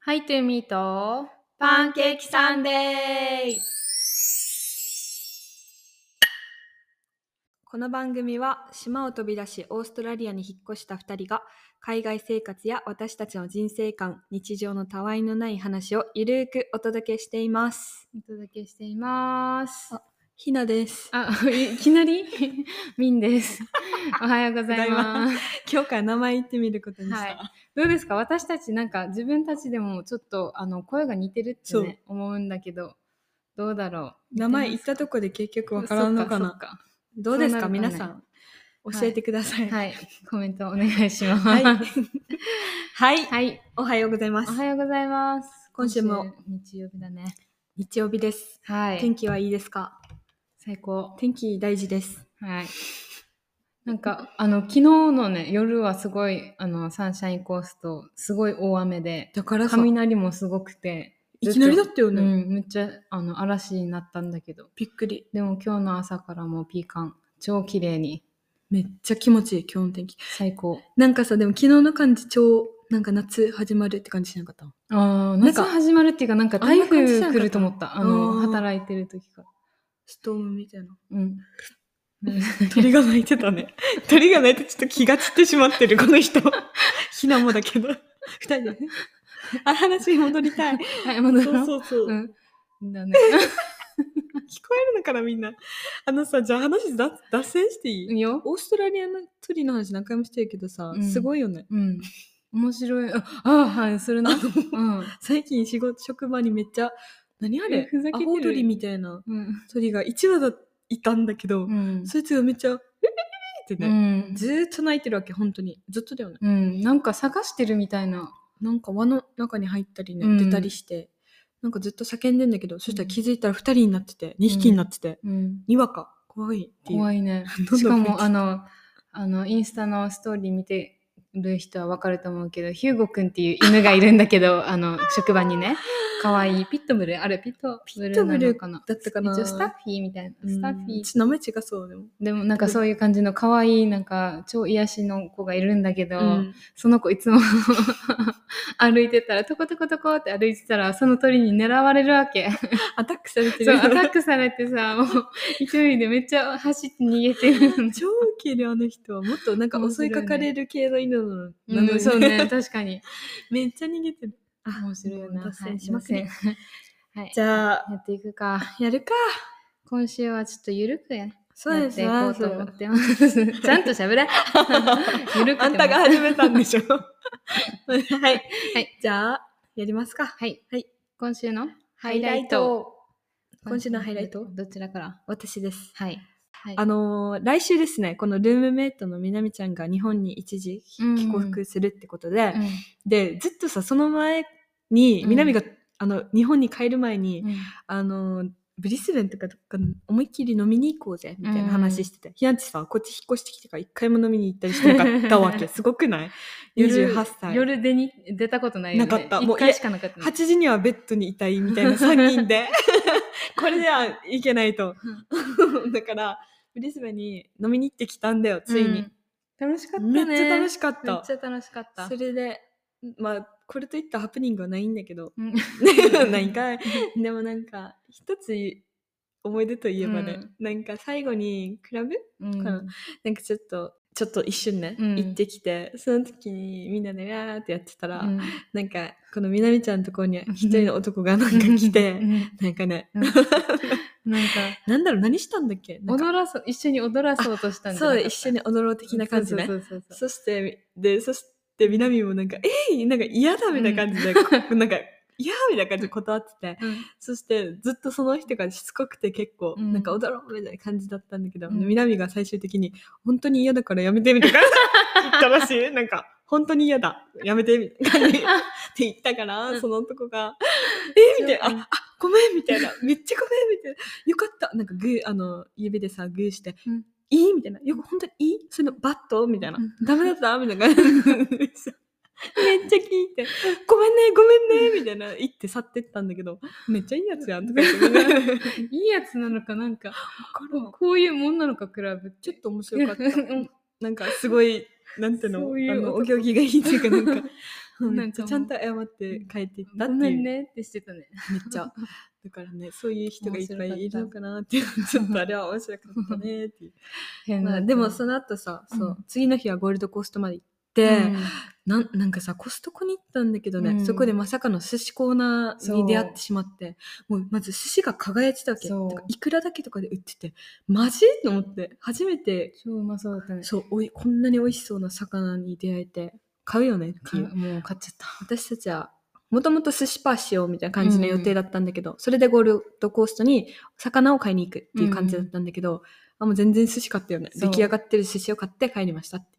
ハイトゥーミートパンケーキサンデーこの番組は島を飛び出しオーストラリアに引っ越した2人が海外生活や私たちの人生観日常のたわいのない話をゆるーくお届けしていますお届けしています。ひなですあ、 いきなりミン です。おはようございます。今日から名前言ってみることにした、はいどうですか私たちなんか自分たちでもちょっとあの声が似てるってね思うんだけど、どうだろう名前言ったとこで結局わからんのかなそっかどうですかそうなるかね皆さん教えてくださそいっかはい、コメントお願いします。はいはいはい、おはようございまおすはようございます。今週も今週日曜日だね。日曜日ですは天い、気はいいですか最高。天気大事ですはい。なんか、あの、昨日のね、夜はすごい、あの、サンシャインコースト、すごい大雨で、だから雷もすごくて、いきなりだったようね、ん、めっちゃ、あの、嵐になったんだけど、びっくりでも今日の朝からもうピーカン、超綺麗に、めっちゃ気持ちいい今日の天気最高。なんかさでも昨日の感じ超なんか夏始まるって感じしなかったああ、なん夏か始まるっていうか、なんか台あんな感風じじゃなかった来ると思った。あの、あー働いてる時から。ストームみたいなうん。 鳥が鳴いてたね 鳥が鳴いてちょっと気が散ってしまってるこの人 ひなもだけど二人でねあ話戻りたいはい、戻ろう。そうそう、聞こうん。 だね。えるのかなみんなあのさじゃあ話だ脱線していい、いいよ。オーストラリアの鳥の話何回もしてるけどさ、うんすごいよねうん。面白い。あ、あはい、する な。うん。最近仕事職場にめっちゃ何あえれふざけてるアホ鳥みたいなうん。鳥が1羽だいたんだけど、うん。そいつがめっちゃ「ええってうね、ん。ずーっと泣いてるわけ本当にずっとだよねうん。なんか探してるみたいな。なんか輪の中に入ったりね、うん出たりしてなんかずっと叫んでんだけどそしたら気づいたら2人になってて2匹になってて、うん。にわか怖いっていう。怖いねどんしどかん増えてきも、たあの、あの、インスタのストーリー見てる人はわかると思うけど、ヒューゴくんっていう犬がいるんだけど、 あの、職場にね。可愛いピットブルあれ、ピットブルなのかな。だったかな一応スタッフィーみたいな。スタッフィうんーちょっと名前違そうでも、でもなんかそういう感じの可愛いなんか超癒しの子がいるんだけど、うんその子いつも 歩いてたらトコトコトコって歩いてたらその鳥に狙われるわけ。アタックされてそるう、アタックされてさ、もう、一人でめっちゃ走って逃げてる。超ウケるあの人はもっとなんか面襲白いいねかかれる系の犬なのなのにうん、そうね、 確かに。めっちゃ逃げてるあ面白いよな。脱線しますね、はい脱線はい。じゃあやっていくか。やるか今週はちょっとゆるくやそうですねやっていこうと思ってます。ちゃんと喋 れ。ゆるくてもあんたが始めたんでしょはい、はいじゃあやりますかはい。はい 今週のハハイライト。今週のハイライトどちらから私ですはい。はい。あのー来週ですねこのルームメイトのみなみちゃんが日本に一時うん帰国するってことで、うんでずっとさその前にうんみなみが、あの日本に帰る前に、うんあのーブリスベンとかどっか思いっきり飲みに行こうぜみたいな話してて、ひなちさんこっち引っ越してきてから一回も飲みに行ったりしてなかったわ けすごくない ?28 歳夜出に出たことないよね。なかった一もう回しかなかったね。 8時にはベッドにいたいみたいな3人 でこれではいけないと だからブリスベンに飲みに行ってきたんだよついに、うん。楽しかっためね。っちゃ楽しかっめったちゃ楽しかった。それでまあこれといったハプニングはないんだけどうん ない んかいでもなんか一つ思い出といえばね、うんなんか最後にクラブうんかななんかちょっとちょっと一瞬ね、うん行ってきてその時にみんなでわーってやってたら、うんなんかこのみなみちゃんのところに一人の男がなんか来てうんなんかね、うんなんか、なんだろう、何したんだっけなんか踊ら そう、一緒に踊らそうとしたんじゃなかそう、った一緒に踊ろう的な感じね。そうそうそうそうそして、で、そして、みなみもなんか、えい、なんか嫌だみたいな感じで、こなんか、嫌みたいな感じで断ってて、うんそして、ずっとその人がしつこくて結構、うんなんか踊ろうみたいな感じだったんだけど、うんみなみが最終的に、本当に嫌だからやめて みたいな言ったらしい。なんか、本当に嫌だ、やめてみたいな感じって言ったから、その 男が、えみたいな、あごめんみたいな。めっちゃごめんみたいな。よかった。なんかグー、あの、指でさ、グーして、うんいいみたいな。よく本当にいいそれのバットみたいなうん。ダメだったみたいな感じでさめっちゃ聞いて、ごめんね、ごめんねみたいな。言って去ってったんだけど、めっちゃいいやつやんとか言ってみんな。わかいいやつなのか、なんか、るこういうもんなのか、クラブって。ちょっと面白かった。うんなんかすごい、なんていうのそういうあの男お行儀がいいっていうか、なんか、もうめ なっんかちもゃうちゃんと謝って帰っていっ たごってめいんう、ねってしてたね。 めっちゃ。だからね、そういう人がいっぱいいるのかなって、ちょっとあれは面白かったねっていう。変 まあ、な。でもその後さ、そうう次の日はゴールドコーストまで行って、なんなんかさコストコに行ったんだけどね、うんそこでまさかの寿司コーナーに出会ってしまってもうまず寿司が輝いてたわけそうだからいくらだけとかで売っててマジと思って初めて超うまそうだったね。そうおいこんなに美味しそうな魚に出会えて買うよねってかいうもう買っちゃった。私たちはもともと寿司パーしようみたいな感じのうん予定だったんだけど、それでゴールドコーストに魚を買いに行くっていう感じだったんだけど、あもう全然寿司買ったよねそ出う来上がってる寿司を買って帰りましたって、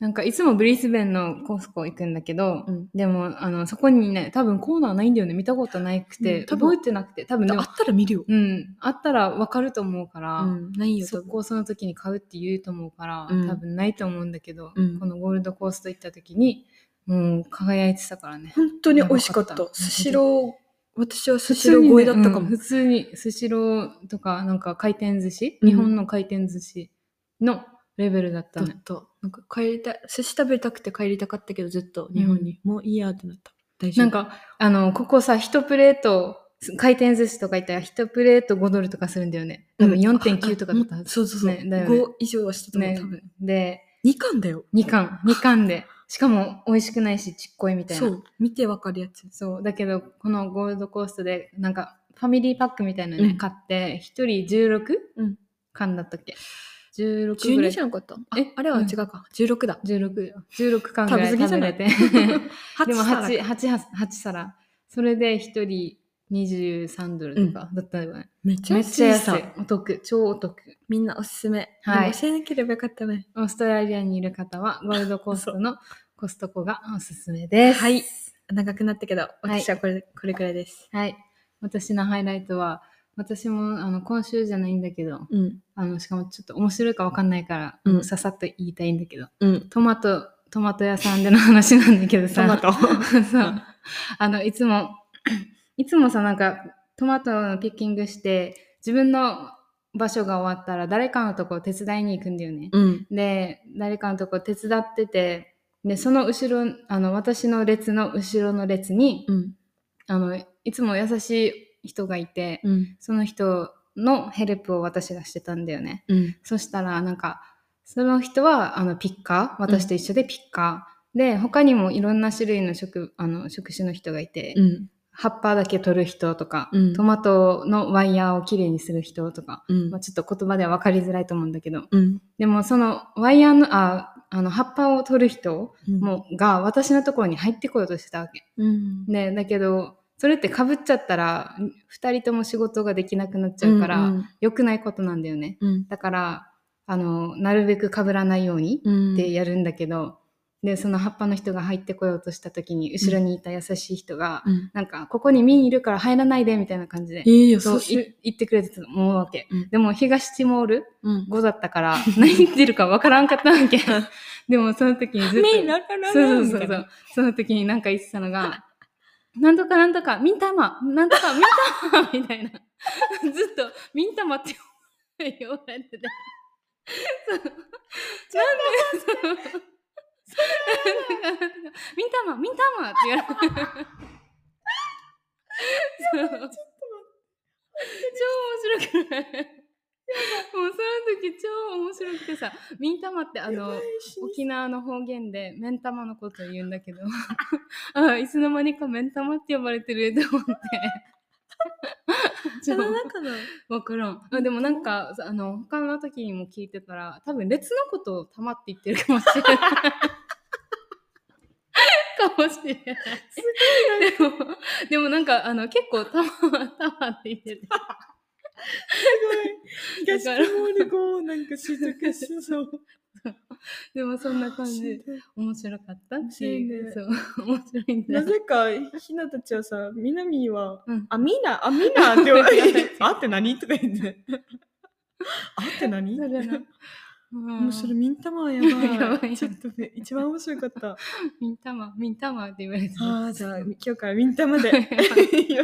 なんかいつもブリスベンのコスコ行くんだけど、うんでもあのそこにね多分コーナーないんだよね見たことなくて、うん多分覚えてなくて多分であもったら見るよ、うんあったらわかると思うから、うんないよ多そ分こをその時に買うって言うと思うから、うん多分ないと思うんだけど、うんこのゴールドコースト行った時にもう輝いてたからね本当に美味しかったやばかっ。たスシロー、私はスシロー超えだったかも。普通にねうん普通にスシローとかなんか回転寿司、うん日本の回転寿司のレベルだっただねった。なんか帰りたい、寿司食べたくて帰りたかったけど、ずっと日本に。もういいやってなった。大丈夫。なん、か、あの、ここさ、一プレート、回転寿司とか言ったら、一プレート5ドルとかするんだよね。多分4.9とかだったはず。そうそうそう。ねだよね5以上はしたと思う、ね多分。で、 2巻だよ。 2巻、2巻で。しかも、美味しくないし、ちっこいみたいな。そう。見てわかるやつ。そう。だけど、このゴールドコーストで、なんか、ファミリーパックみたいなのね、うん買って、一人 16? うん巻だったっけ ?16 ぐら12いじ。ゃなかったあえあれは違うか。16だ。 16、16巻ぐらい食食べ過ぎじゃべないれて。 8でも皿か 8, 8, 8皿。それで一人23ドルとかだったよね。めっちゃめっちゃ安安いさい。。お得、超お得。みんなおすすめ。はいでも教えなければよかったね。オーストラリアにいる方は、ゴールドコーストのコストコがおすすめです。はい。長くなったけど、い私はこれ、これくらいです。はい。私のハイライトは、私もあの今週じゃないんだけど、うん。あのしかもちょっと面白いかわかんないから、あうのんささっと言いたいんだけど、うん。トマト、トマト屋さんでの話なんだけど トさ、マト。 そう。あの、いつも、 いつもさ、なんか、トマトのピッキングして、自分の場所が終わったら、誰かのとこ手伝いに行くんだよね。うん。で誰かのとこ手伝っててでその後ろあの私の列の後ろの列に、うん。あのいつも優しい人がいて、うん。その人のヘルプを私がしてたんだよねうん。そしたらなんかその人はあのピッカー私と一緒でピッカー、で他にもいろんな種類の食あの職種の人がいて、うん。葉っぱだけ取る人とか、うんトマトのワイヤーをきれいにする人とか、うんまあ、ちょっと言葉では分かりづらいと思うんだけどうん。でもそのワイヤーのああの葉っぱを取る人ももが私のところに入ってこようとしてたわけ。う、うん。ね、だけどそれってかぶっちゃったら2人とも仕事ができなくなっちゃうから、うん良くないことなんだよね。うん。だからあのなるべくかぶらないようにうん。ってやるんだけど、でその葉っぱの人が入ってこようとした時に後ろにいた優しい人が、うん。なんかここにミンいるから入らないでみたいな感じでえ。え、優そうしい。い言ってくれてたと思うわけ、うんでも東ティモールうん。 5だった から、何言ってるかわからんかったわけ。でもその時にずっと。ラララそうそうそうそう。その時になんか言ってたのが、 なんとかなんとか、ミンタマ、なんとかミンタマ、 みたいな。ずっと、ミンタマって言われてて。そうなんで、そうミンタマ、ミンタマって言われて。そう超面白くないもうその時超面白くてさ、ミンタマってあの、沖縄の方言で「めん玉」のことを言うんだけど あいつの間にか「めん玉」って呼ばれてると思っ てちそょの中の。分からんあでもなんかあの他の時にも聞いてたら多分列のことを「玉」って言ってるかもしれない かもしれないでもでもなんかあの結構「玉」「玉」って言っててすごい。東ティモール語をなんか習得しそう。でもそんな感じで面白かったっていう面そう面白いんだよなぜか、ひなたちはさ、みなみはうん、あ、みな、あ、みなって言われて、あって何とか言って。あって何それなうん面白い。ミンタマはやばやばい。いちょっとね、一番面白かった。ミンタマ、ミンタマって言われてああ、まじす。ゃあ、よ今日からミンタマで。よろ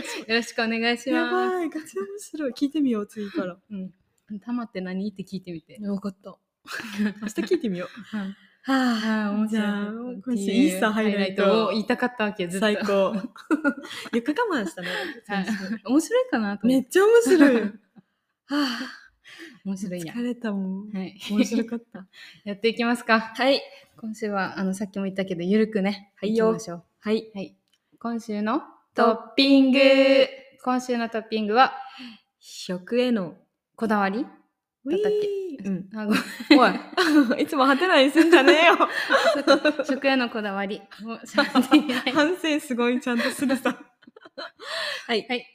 しくろしくお願いしやまばい、ガチ面白い。聞いてみよう、次から。す。うん。タマって何って聞いてみて。分かった。明日聞いてみよう。うんああ、面白かったってう今週いいさハイライトハを言いたかったわけ、ずっと。最高。 床我慢したね。はい面白いかなと思 めって。っちゃ面白 い。はあ、面白いや。疲れたもん。はい。面白かった。 やっていきますか。はい。今週は、あの、さっきも言ったけど、ゆるくね、はいいきよましょう。はい。はい。今週のトトッッピング今週のトッピングは、食への。こだわりだったっけううんん。。あ、ごめん。おい。いつ もハテナにすんじゃねえよ。 そっか食へのこだわり。もう、しゃべってい ない反省すごいちゃんとするさ。はい。はい。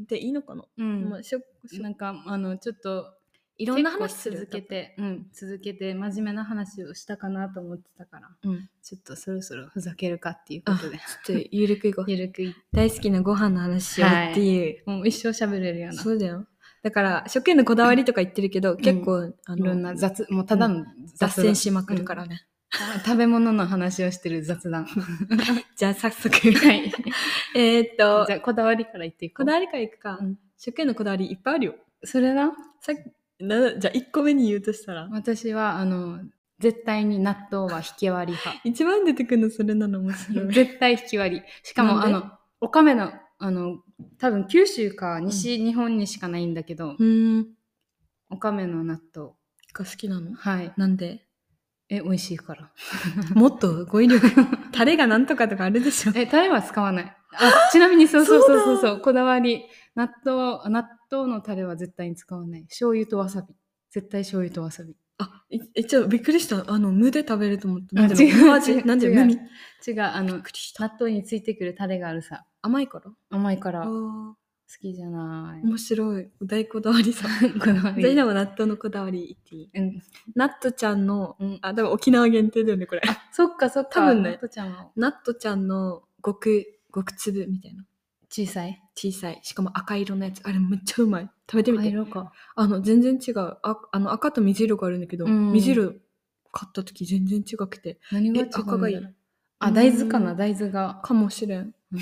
で、いいのかな、うんまあ、しょしょなんか、あの、ちょっと、いろんな話する続けて、うん、続けて真面目な話をしたかなと思ってたから、うん。ちょっとそろそろふざけるかっていうことで、ちょっと、ゆるくいこう。ゆるくい、大好きなご飯の話しようっていう。もう一生喋れるような、そうだよ。だから、食へのこだわりとか言ってるけど、結構、あいろんの、な雑、もうただの脱雑線しまくるからね。うん食べ物の話をしてる雑談。じゃあ、早速。はい。 えーっとじ、ゃあ、こだわりから言っていここう。だわりからいくかうん。食へのこだわりいっぱいあるよ。それな、さっき、なじゃあ、1個目に言うとしたら。私は、あの、絶対に納豆は引き割り一番出てくるのそれなの面白派。い。絶対引き割り。しかも、なあんでの、おかめの、あの、多分九州か西日本にしかないんだけど、 うん。おかめの納豆。が好きなのはい。なんでえ、美味しいから。 もっと語彙力。 タレがなんとかとかあるでしょ。え、タレは使わない。あ、ちなみにそうそうそうそうそそう、こだわり。納豆、納豆のタレは絶対に使わない。醤油とわさび。絶対醤油とわさび。あ、いえ、ちょっとびっくりした。あの、無で食べると思った。あなんていう違うの無味違うなんていう違のう無味違う、あの、納豆についてくるタレがあるさ。甘いから。甘いからあ好ーきじゃない。面白い。大こだわりさ。 こだわり私でも納豆のこだわり言っていいうんナットちゃんの、うん、あ、でも沖縄限定だよね、これ。そっかそっか。多分ねナットちゃんはナットちゃんの極、極粒みたいな。小さい。小さい。しかも赤色のやつ。あれめっちゃうまい。食べてみあて。色か。あの、全然違う。ああの、赤と水色があるんだけど、うん水色買った時全然違くて。何がえ違うんだろう赤がいい。あ、大豆かうな、ん大豆が。かもしれん。うん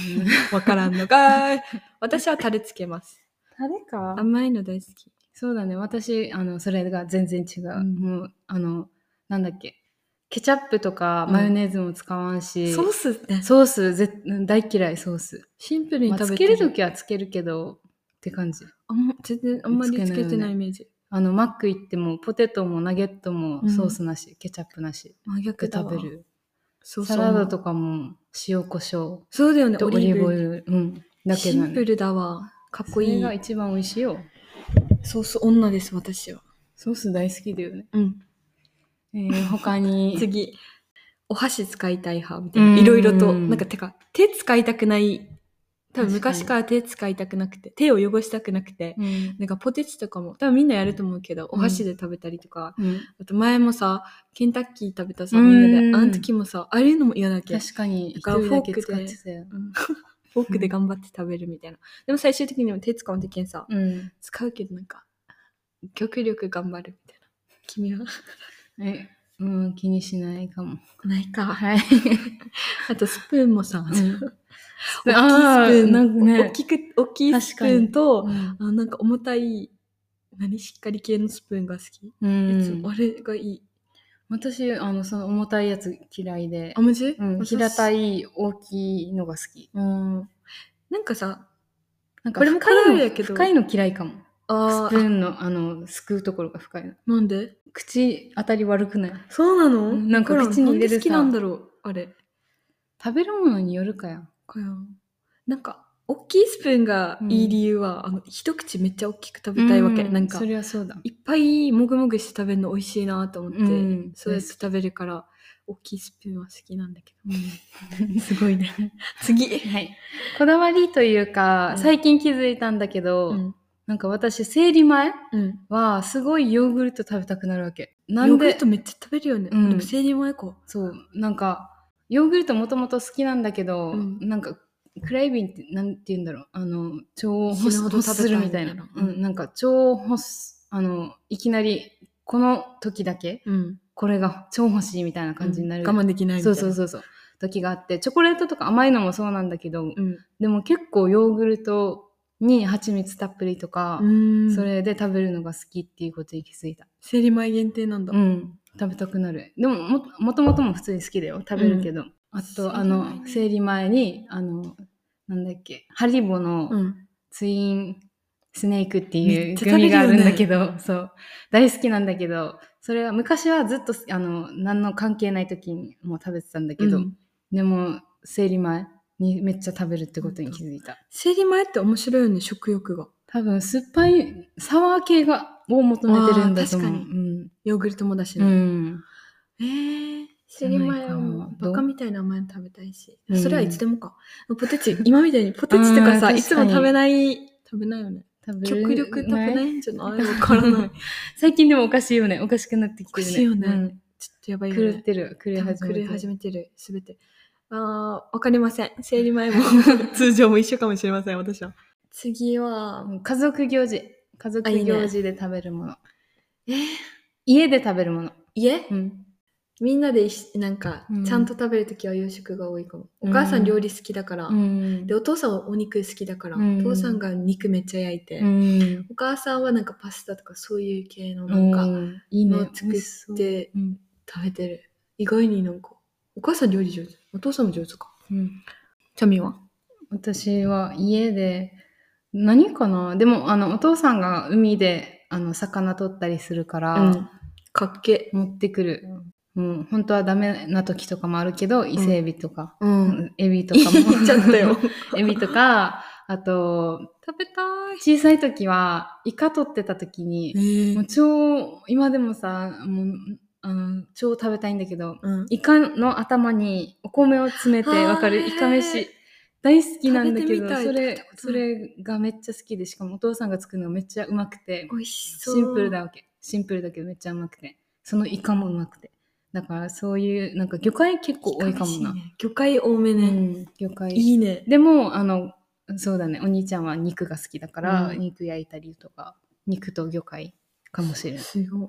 わからんのかい。 私はタレつけます。 タレか甘いの大好き。そうだね。私、あの、それが全然違う。うんもう、あの、なんだっけ。ケチャップとかうんマヨネーズも使わんし、ソースね。ソースぜ大嫌い、ソース。シンプルにまあ、食つべけてるときはつけるけど、って感じ。あんま全然あんまりつけてないイメージ。あの、マック行っても、ポテトもナゲットうもんソースなし、ケチャップなし真逆でだわ食べ。る。そうそサうラダとかも塩コショそうだよねウ、とオオリリーーブブオオイイル。ル。うん。だけシどンプね。ルだわ。かっそこいれい。が一番美味しいよ。そうそう、女です、私は。ソース大好きだよね。うん。えー、他に。 次。お箸使いたい派みたいな。いろいろうと。んなんか、てか、手使いたくない。多分確かに昔から手使いたくなくて、手を汚したくなくて。うん。なんかポテチとかも、多分みんなやると思うけど、お箸で食べたりとか、うんあと前もさ、ケンタッキー食べたさ、うみんんなで、あの時もさ、ああいうのも嫌だっけ確かに、だ一から人だけ使ってたよ。うんフォークで頑張って食べるみたいな。でも最終的にも手使うときにさ、うん。使うけどなんか、極力頑張るみたいな。君はえ、うん、気にしないか も。ないか。はい。あとスプーンもさ、ん大きいスプーン、なんかね大きく、大きいスプーンと、うあなんか重たい、何しっかり系のスプーンが好き。いつんも。あれがいい。私、あの、その重たいやつ嫌いであ、、マジうん、私平たい大きいのが好き。うん。なんかさ、なんかこれも深カロいリーのだけど深いの嫌いかも。スあプーンの、あの、すくうところが深いの。なんで口当たり悪くないそうなのうんなんかわら口に入れるさなんで好きなんだろうあれ。食べるものによるかや。かよなんか、大きいスプーンがいい理由は、あの、一口めっちゃ大きく食べたいわけ。うなんかそ、れはそうだ。いっぱいもぐもぐして食べるの美味しいなと思って、うんそうやって食べるから、大きいスプーンは好きなんだけど。 すごいね。次。はい。こだわりというか、うん最近気づいたんだけど、うん。なんか私、生理前うん。は、すごいヨーグルト食べたくなるわけ。ヨなーんグルでト、めっちゃ食べるよね。うんでも生理前か。そう、なんか、ヨーグルトもともと好きなんだけど、うんなんか、クレイビンって、なんて言うんだろう、あの、腸を死欲ぬすほど欲する食みべたたいいみたいなな。うん、なんか、腸を欲す、あの、いきなり、この時だけ、うん。これが超欲しいみたいな感じになる。我慢できないみたそいうな。そうそうそう。時があって、チョコレートとか甘いのもそうなんだけど、うん。でも結構ヨーグルトに蜂蜜たっぷりとか、うん。それで食べるのが好きっていうことに気づいた。生理前限定なんだ。うん。食べたくなるでもももともとも普通に好きだよ食べるけど、あそうとだあねの生理前にあのなんだっけハリボのうん。ツインスネークっていめっうちゃグ食べミるよねがあるんだけど、そう大好きなんだけどそれは昔はずっとあの何の関係ない時にもう食べてたんだけど、うんでも生理前にめっちゃ食べるってことに気づいた生理前って面白いよね、食欲が。多分酸っぱいサワー系がを求めてるんだと思うあー確かうんヨーグルトもだしうね。ん、えー、生理前はもうバカみたいな甘いの食べたいし。うんそれはいつでもか。ポテチ、今みたいにポテチとかさ、うんいつも食べない、食べないよね。食べれ極力食べないいんじゃないわから ない。 最近でもおかしいよねおかしくなってきてるねおかしいよねうんちょっとやばいよね。狂ってる狂い多分始めて狂いる始めてる、すべて。あーわかりません。生理前も 通常も一緒かもしれません、私は。次は、うん家族行事家族あいいね行事で食べるものえー家で食べるもの、家うん、みんなでいしなんかうんちゃんと食べるときは洋食が多いかも、うんお母さん料理好きだから、うんでお父さんはお肉好きだから、うんお父さんが肉めっちゃ焼いて、うんお母さんはなんかパスタとかそういう系のなんかうんいいねのを作美味しそうってうん食べてる意外になんかお母さん料理上手お父さんも上手かうんチャミは私は家で何かなでもあのお父さんが海であの魚取ったりするから、うんかっけ持ってくる、うん、本当はダメな時とかもあるけど伊勢エビとか、ううんんエビと言 かもっちゃった よエビとかあと食べたい小さい時はイカ取ってた時に、もう超今でもさもうあの超食べたいんだけどうん、イカの頭にお米を詰めてあーわかはるいイカ飯大好きなんだけ食べてみどたいそ食べたれことそれがめっちゃ好きでしかもお父さんが作るのがめっちゃうまくて美味しそうシンプルだわけシンプルだけどめっちゃうまくてそのイカもうまくてだからそういうなんか魚介結構多いかもな、美味しね魚介多めうね、ん、魚介いいねでもあのそうだねお兄ちゃんは肉が好きだから、うん肉焼いたりとか肉と魚介かもしれないすごい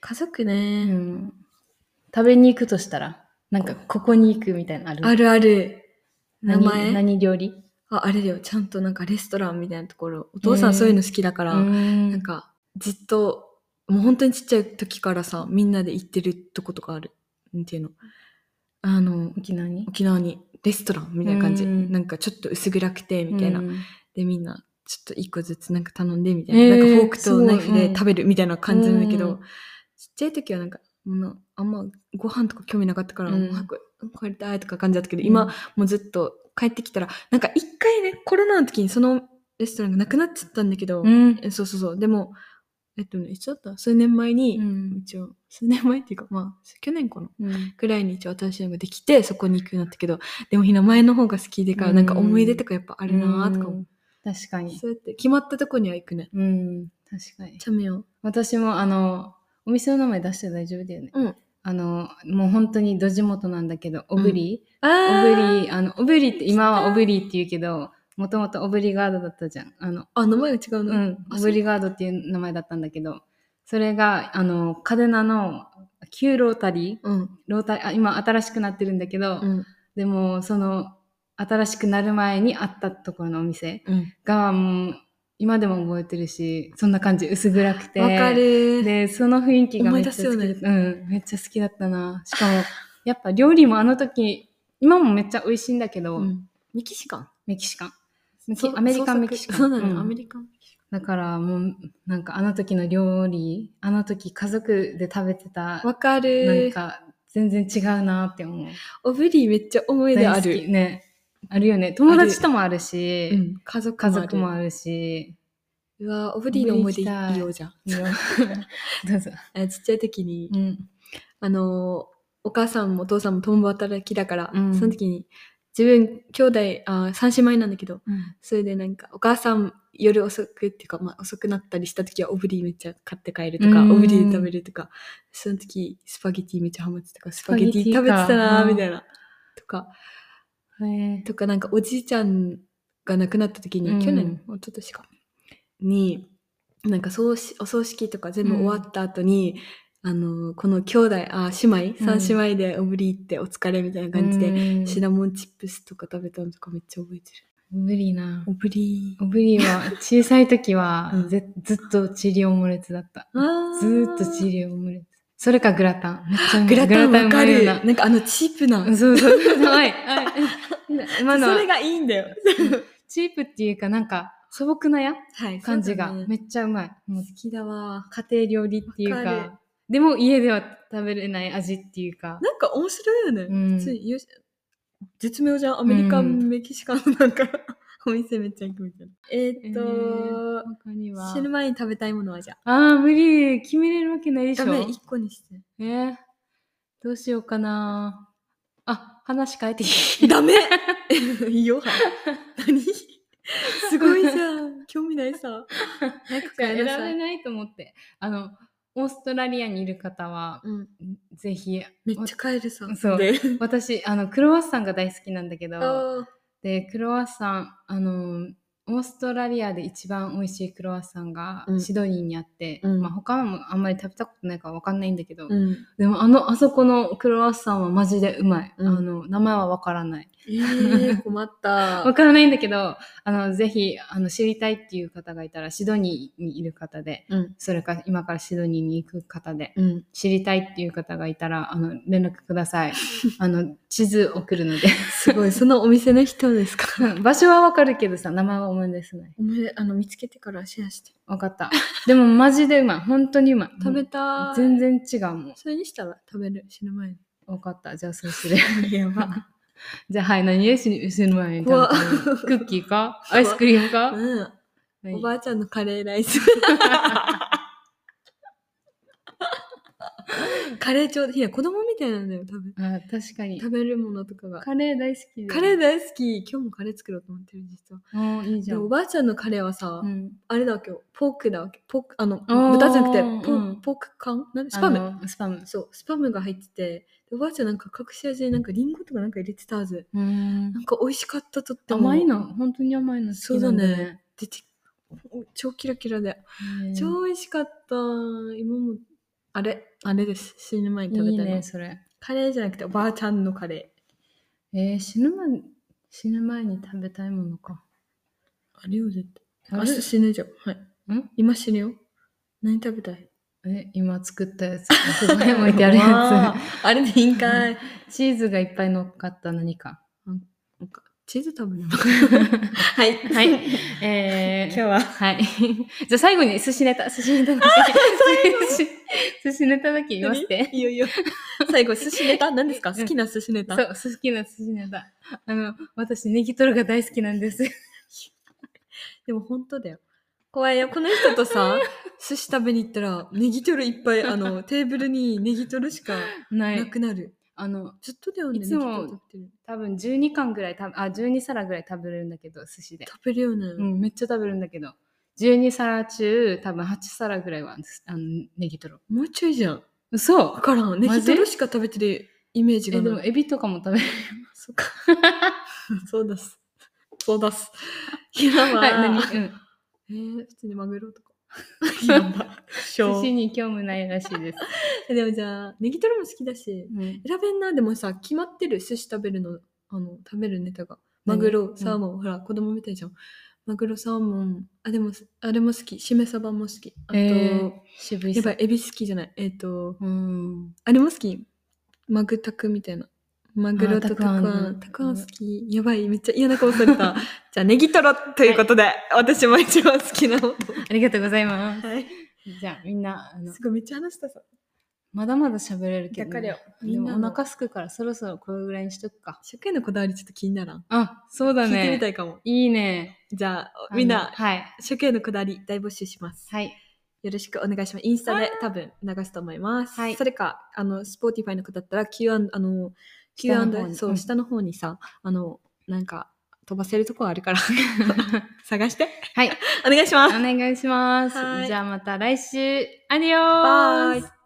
家族うね、ん食べに行くとしたら、なんかここに行くみたいなのあるあるある名何前何料理ああれだよちゃんとなんかレストランみたいなところお父さんそういうの好きだから、ななんかずっともう本当にちっちゃい時からさみんなで行ってるとことかあるなんていうのあの沖縄に沖縄にレストランみたいな感じ、うんなんかちょっと薄暗くてみたいな、うんでみんなちょっと一個ずつなんか頼んでみたいな,、えーなんかフォークとナイフすごいでうん食べるみたいな感じなんだけど、うんちっちゃい時はなんかもうなあんまご飯とか興味なかったから、うんもう早く帰りたいとか感じだったけど、今もうずっと帰ってきたらなんか一回ねコロナの時にそのレストランがなくなっちゃったんだけど、うん、えそうそうそうでもえっとねいつだった数年前に、うん一応数年前っていうかまあ去年かなうんくらいに一応新しいのができてそこに行くようになったけどでもひな前の方が好きでからなんか思い出とかやっぱあるなーとか思う、うん確かに。そうやって決まったとこには行くねうん、確かに。チャメを私もあの、お店の名前出して大丈夫だよね。うんあの、もう本当にど地元なんだけど、小栗、あ小ー栗、あの、小栗って、今は小栗って言うけど、もともと小栗ガードだったじゃん。あの、あ名前が違うの、うん、あオブリガードっていう名前だったんだけど、それが、あの、カデナの旧ロータリー、うんロータリー、あ、今新しくなってるんだけど、うんでも、その、新しくなる前にあったところのお店うんが、もう、今でも覚えてるし、そんな感じ、薄暗くて。わかるで、その雰囲気がめっちゃ好きだ思い出った、うん、めっちゃ好きだったな。しかも、やっぱ料理もあの時、今もめっちゃ美味しいんだけど、うんメキシカンメキシカン。メキアメリカンメキシカン。そうだね、うんアメリカンメキシだからもうなんかあの時の料理あの時家族で食べてたカンわかなんるか全然違うなって思うオブリーめっちゃ思い出あ大好る、きねあるよね友達ともあるしうん、家族家族もあるあるしうわーオブリーの思い出いオブリー行きたいいよじゃんいいよどうぞ、あちっちゃい時に、うん、あのーお母さんもお父さんも共働きだから、うんその時に自分兄弟あ3姉妹なんだけどそれでなんかお母さん夜遅くっていうか、まあ、遅くなったりした時はオブリーめっちゃ買って帰るとか、うんオブリーで食べるとかその時スパゲティめっちゃハマってたからスパゲティスパゲ食べティてかたなーうんみたいなとかへえとかなんかおじいちゃんが亡くなった時に、うん去年一昨年かになんか葬式お葬式とか全部終わった後に、あのこの兄弟あ姉妹うん三姉妹でオブリーってお疲れみたいな感じで、でシナモンチップスとか食べたのとかめっちゃ覚えてる無理なオブリーおぶりは小さい時は、うんぜずっとチリオムレツだったあずーっとチリリオムレツそれかグラタン。めっちゃうまグいラタンわかグラタンる。うまいよなんかあのチープな。な。そう そうそう。はい。はい今のそれがいいんだよ。チープっていうかなんか素朴なやはい感じがそうだねめっちゃうまい。もう好きだわ。家庭料理っていうかわかるでも家では食べれない味っていうか。なんか面白いよね。うん普通によし絶妙じゃん。アメリカン、うんメキシカンの なんか、お店めっちゃ行くみたいな。えーっと、他には死。ぬ前に食べたいものはじゃあ。ああ、無理。決めれるわけないでしダょ。メ、一個にして。えーどうしようかな。あ、話変えていいダメ いいよ、 はい。何すごいじゃん。興味ない さ。なんか選変えべなさ い。ないと思って。あの、オーストラリアにいる方は、うん、ぜひ、めっちゃ変えるさ。そう で、私、あの、クロワッサンが大好きなんだけど、あで、クロワッサン、あの、オーストラリアで一番美味しいクロワッサンがうんシドニーにあって、うんまあ他もあんまり食べたことないからわかんないんだけど、 うん。でもあの、あそこのクロワッサンはマジでうまい。うんあの、名前はわからない。えー、困った。わからないんだけど、あの、ぜひ、あの、知りたいっていう方がいたら、シドニーにいる方で、うん。それか今からシドニーに行く方で、うん。知りたいっていう方がいたら、あの、連絡くださ い。あの、地図送るので。すごい。そのお店の人ですか 場所はわかるけどさ、名前は思い出せない。おめあの、見つけてからシェアして。わかった。でもマジでうまい。本当にうまい。食べたい。全。然違うもん。それにしたら食べる。死ぬ前に。わかった。じゃあそう する。やば。じゃあはい、何で死ぬ死ぬ前に食べ怖ったのクッキーかアイスクリームかうん。何お ばあちゃんのカレーライス。 カレーちょうど、いや、子供みたいなんだよ、多分。あ確かに。食べるものとかが。カレー大好きカレー大好き。今日もカレー作ろうと思ってる、実は。ーいいじでゃん。おばあちゃんのカレーはさ、うん、あれだわけよ。ポークだわけ。ポーク、あの、あー豚じゃなくて、ポうんーポーク缶なんスパム。ムスパム。そう、スパムが入ってて、でおばあちゃんなんか隠し味になんかリンゴとかなんか入れてたはず。うんなんか美味しかったとっても。甘いの本当に甘いの好きなんだそうだね。出てお超キラキラで。へー超美味しかった。今も、あれ、あれです。死ぬ前に食べいいたいの。ね、それ。カレーじゃなくて、おばあちゃんのカレえー、死ぬ前、死ぬ前に食べたいものか。ー。あれよ、絶対。あ明れ日死ぬじゃん。はい。ん今死ぬよ。何食べたいえ、今作った やつ。そこ に置いてあるやわーあれでいいんかい。つ。チーズがいっぱい乗っかった何か。なんかチーズ食べ るのはい。はい。えー、今日ははい。 じゃあ最後に寿司ネタ、寿司ネタだけ。 寿司寿司ネタだけ言わせて。いいよいいよ。最後、寿司ネタ何ですかうん好きな寿司ネタ。そう、好きな寿司ネタ。あの、私、ネギトロが大好きなんです。でも本当だよ。怖いよ。この人と さ、寿司食べに行ったら、ネギトロいっぱい、あの、テーブルにネギトロしかなないく。なる。あの、ずっとだよね、いつもネギトロ食べてる。多分12巻ぐらい食べ、あ、12皿ぐらい食べるんだけど、寿司で。食べるよね。うん、めっちゃ食べるんだけど。12皿中、多分8皿ぐらいは、あの、ネギトロ。もうちょいじゃん。嘘わからん。ネギトロしか食べてるイメージえ、がでも、ない。エビとかも食べる。そっか。 そうだす。そうだ す。いやばはい、何うん。えー、普通にマグロとか。 やば。し寿司に興味ないらしいです。でもじゃあ、ネギトロも好きだし、選べんな、でもさ、決まってる寿司食べるの、あの、食べるネタが。マグロ、サーモン、ほら、子供みたいじゃん。マグロ、サーモン、あ、でも、あれも好き。しめ鯖も好き。あと、えー渋いやさばい、エビ好きじゃない。えっ、と、うん。あれも好き。マグタクみたいな。マグロとあーたたくくああんん。たくあん好き。やばい、めっちゃ嫌な顔さ れた。じゃあ、ネギトロということで、私も一番好きなもありがとうございますの。。はい。じゃあ、みんな、あのす、ごい、めっちゃ話したさ。まだまだ喋れるけど、だからよみでんもなおの腹すくからそろそろこれぐらいにしとくか。社会のこだわりちょっと気にならん。あ、そうだ聞いてみたね。いかも。いいね。じゃあ、あのみんな、はい。初見のくだり大募集します。はい。よろしくお願いします。インスタで多分流すと思います。はいそれか、あの、スポーティファイの方だったら、Q&A、あの、下の方 Q&A、にそうう、ん下の方にさ、あの、なんか、飛ばせるとこあ るから、探して。はい。 お願いしまおす。願いしますは。いじゃあまた来週。アディオースバイ。